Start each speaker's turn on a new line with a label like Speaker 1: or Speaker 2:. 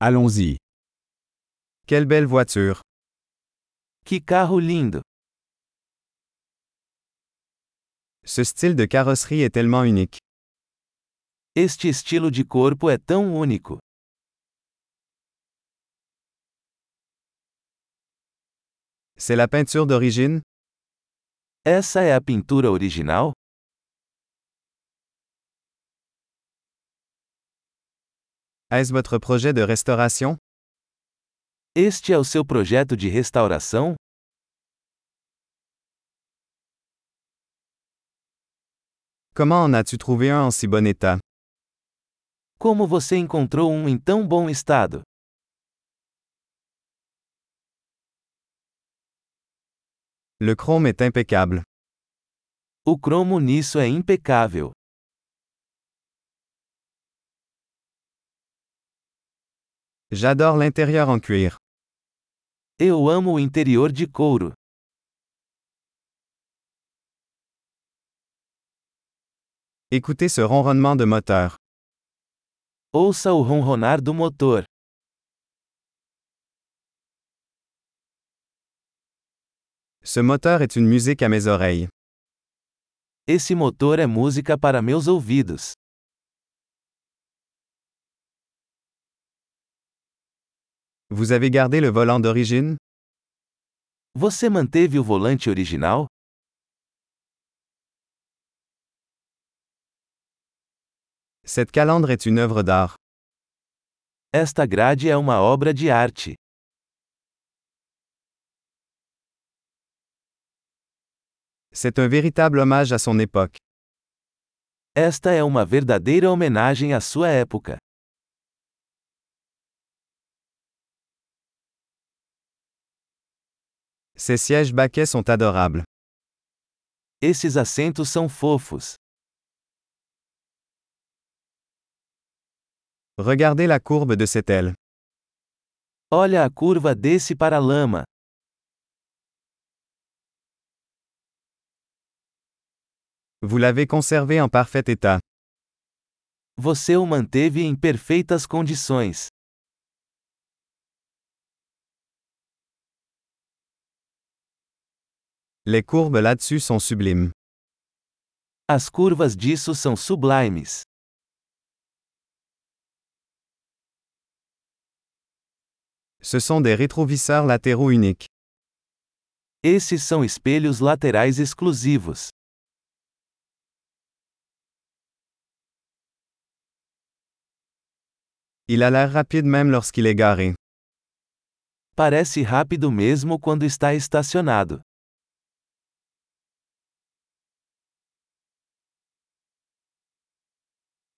Speaker 1: Allons-y. Quelle belle voiture.
Speaker 2: Que carro lindo!
Speaker 1: Ce style de carrosserie est tellement unique.
Speaker 2: Este estilo de corpo é tão único.
Speaker 1: C'est la peinture d'origine?
Speaker 2: Essa é a pintura original?
Speaker 1: Est-ce votre projet de restauration?
Speaker 2: Este é o seu projeto de restauração?
Speaker 1: Comment en as-tu trouvé un en si bon état?
Speaker 2: Como você encontrou um em tão bom estado?
Speaker 1: Le chrome est impeccable.
Speaker 2: O cromo nisso é impecável.
Speaker 1: J'adore l'intérieur en cuir.
Speaker 2: Eu amo o interior de couro.
Speaker 1: Écoutez ce ronronnement de moteur.
Speaker 2: Ouça o ronronar do motor.
Speaker 1: Ce moteur est une musique à mes oreilles.
Speaker 2: Esse motor é música para meus ouvidos.
Speaker 1: Vous avez gardé le volant d'origine?
Speaker 2: Você manteve o volante original?
Speaker 1: Cette calandre est une œuvre d'art.
Speaker 2: Esta grade é uma obra de arte.
Speaker 1: C'est un véritable hommage à son époque.
Speaker 2: Esta é uma verdadeira homenagem à sua época.
Speaker 1: Ces sièges baquets sont adorables.
Speaker 2: Esses assentos são fofos.
Speaker 1: Regardez la courbe de cette aile.
Speaker 2: Olha a curva desse para-lama.
Speaker 1: Vous l'avez conservé en parfait état.
Speaker 2: Você o manteve em perfeitas condições.
Speaker 1: Les courbes là-dessus sont sublimes.
Speaker 2: As curvas disso são sublimes.
Speaker 1: Ce sont des rétroviseurs latéraux uniques.
Speaker 2: Esses são espelhos laterais exclusivos.
Speaker 1: Il a l'air rapide même lorsqu'il est garé.
Speaker 2: Parece rápido mesmo quando está estacionado.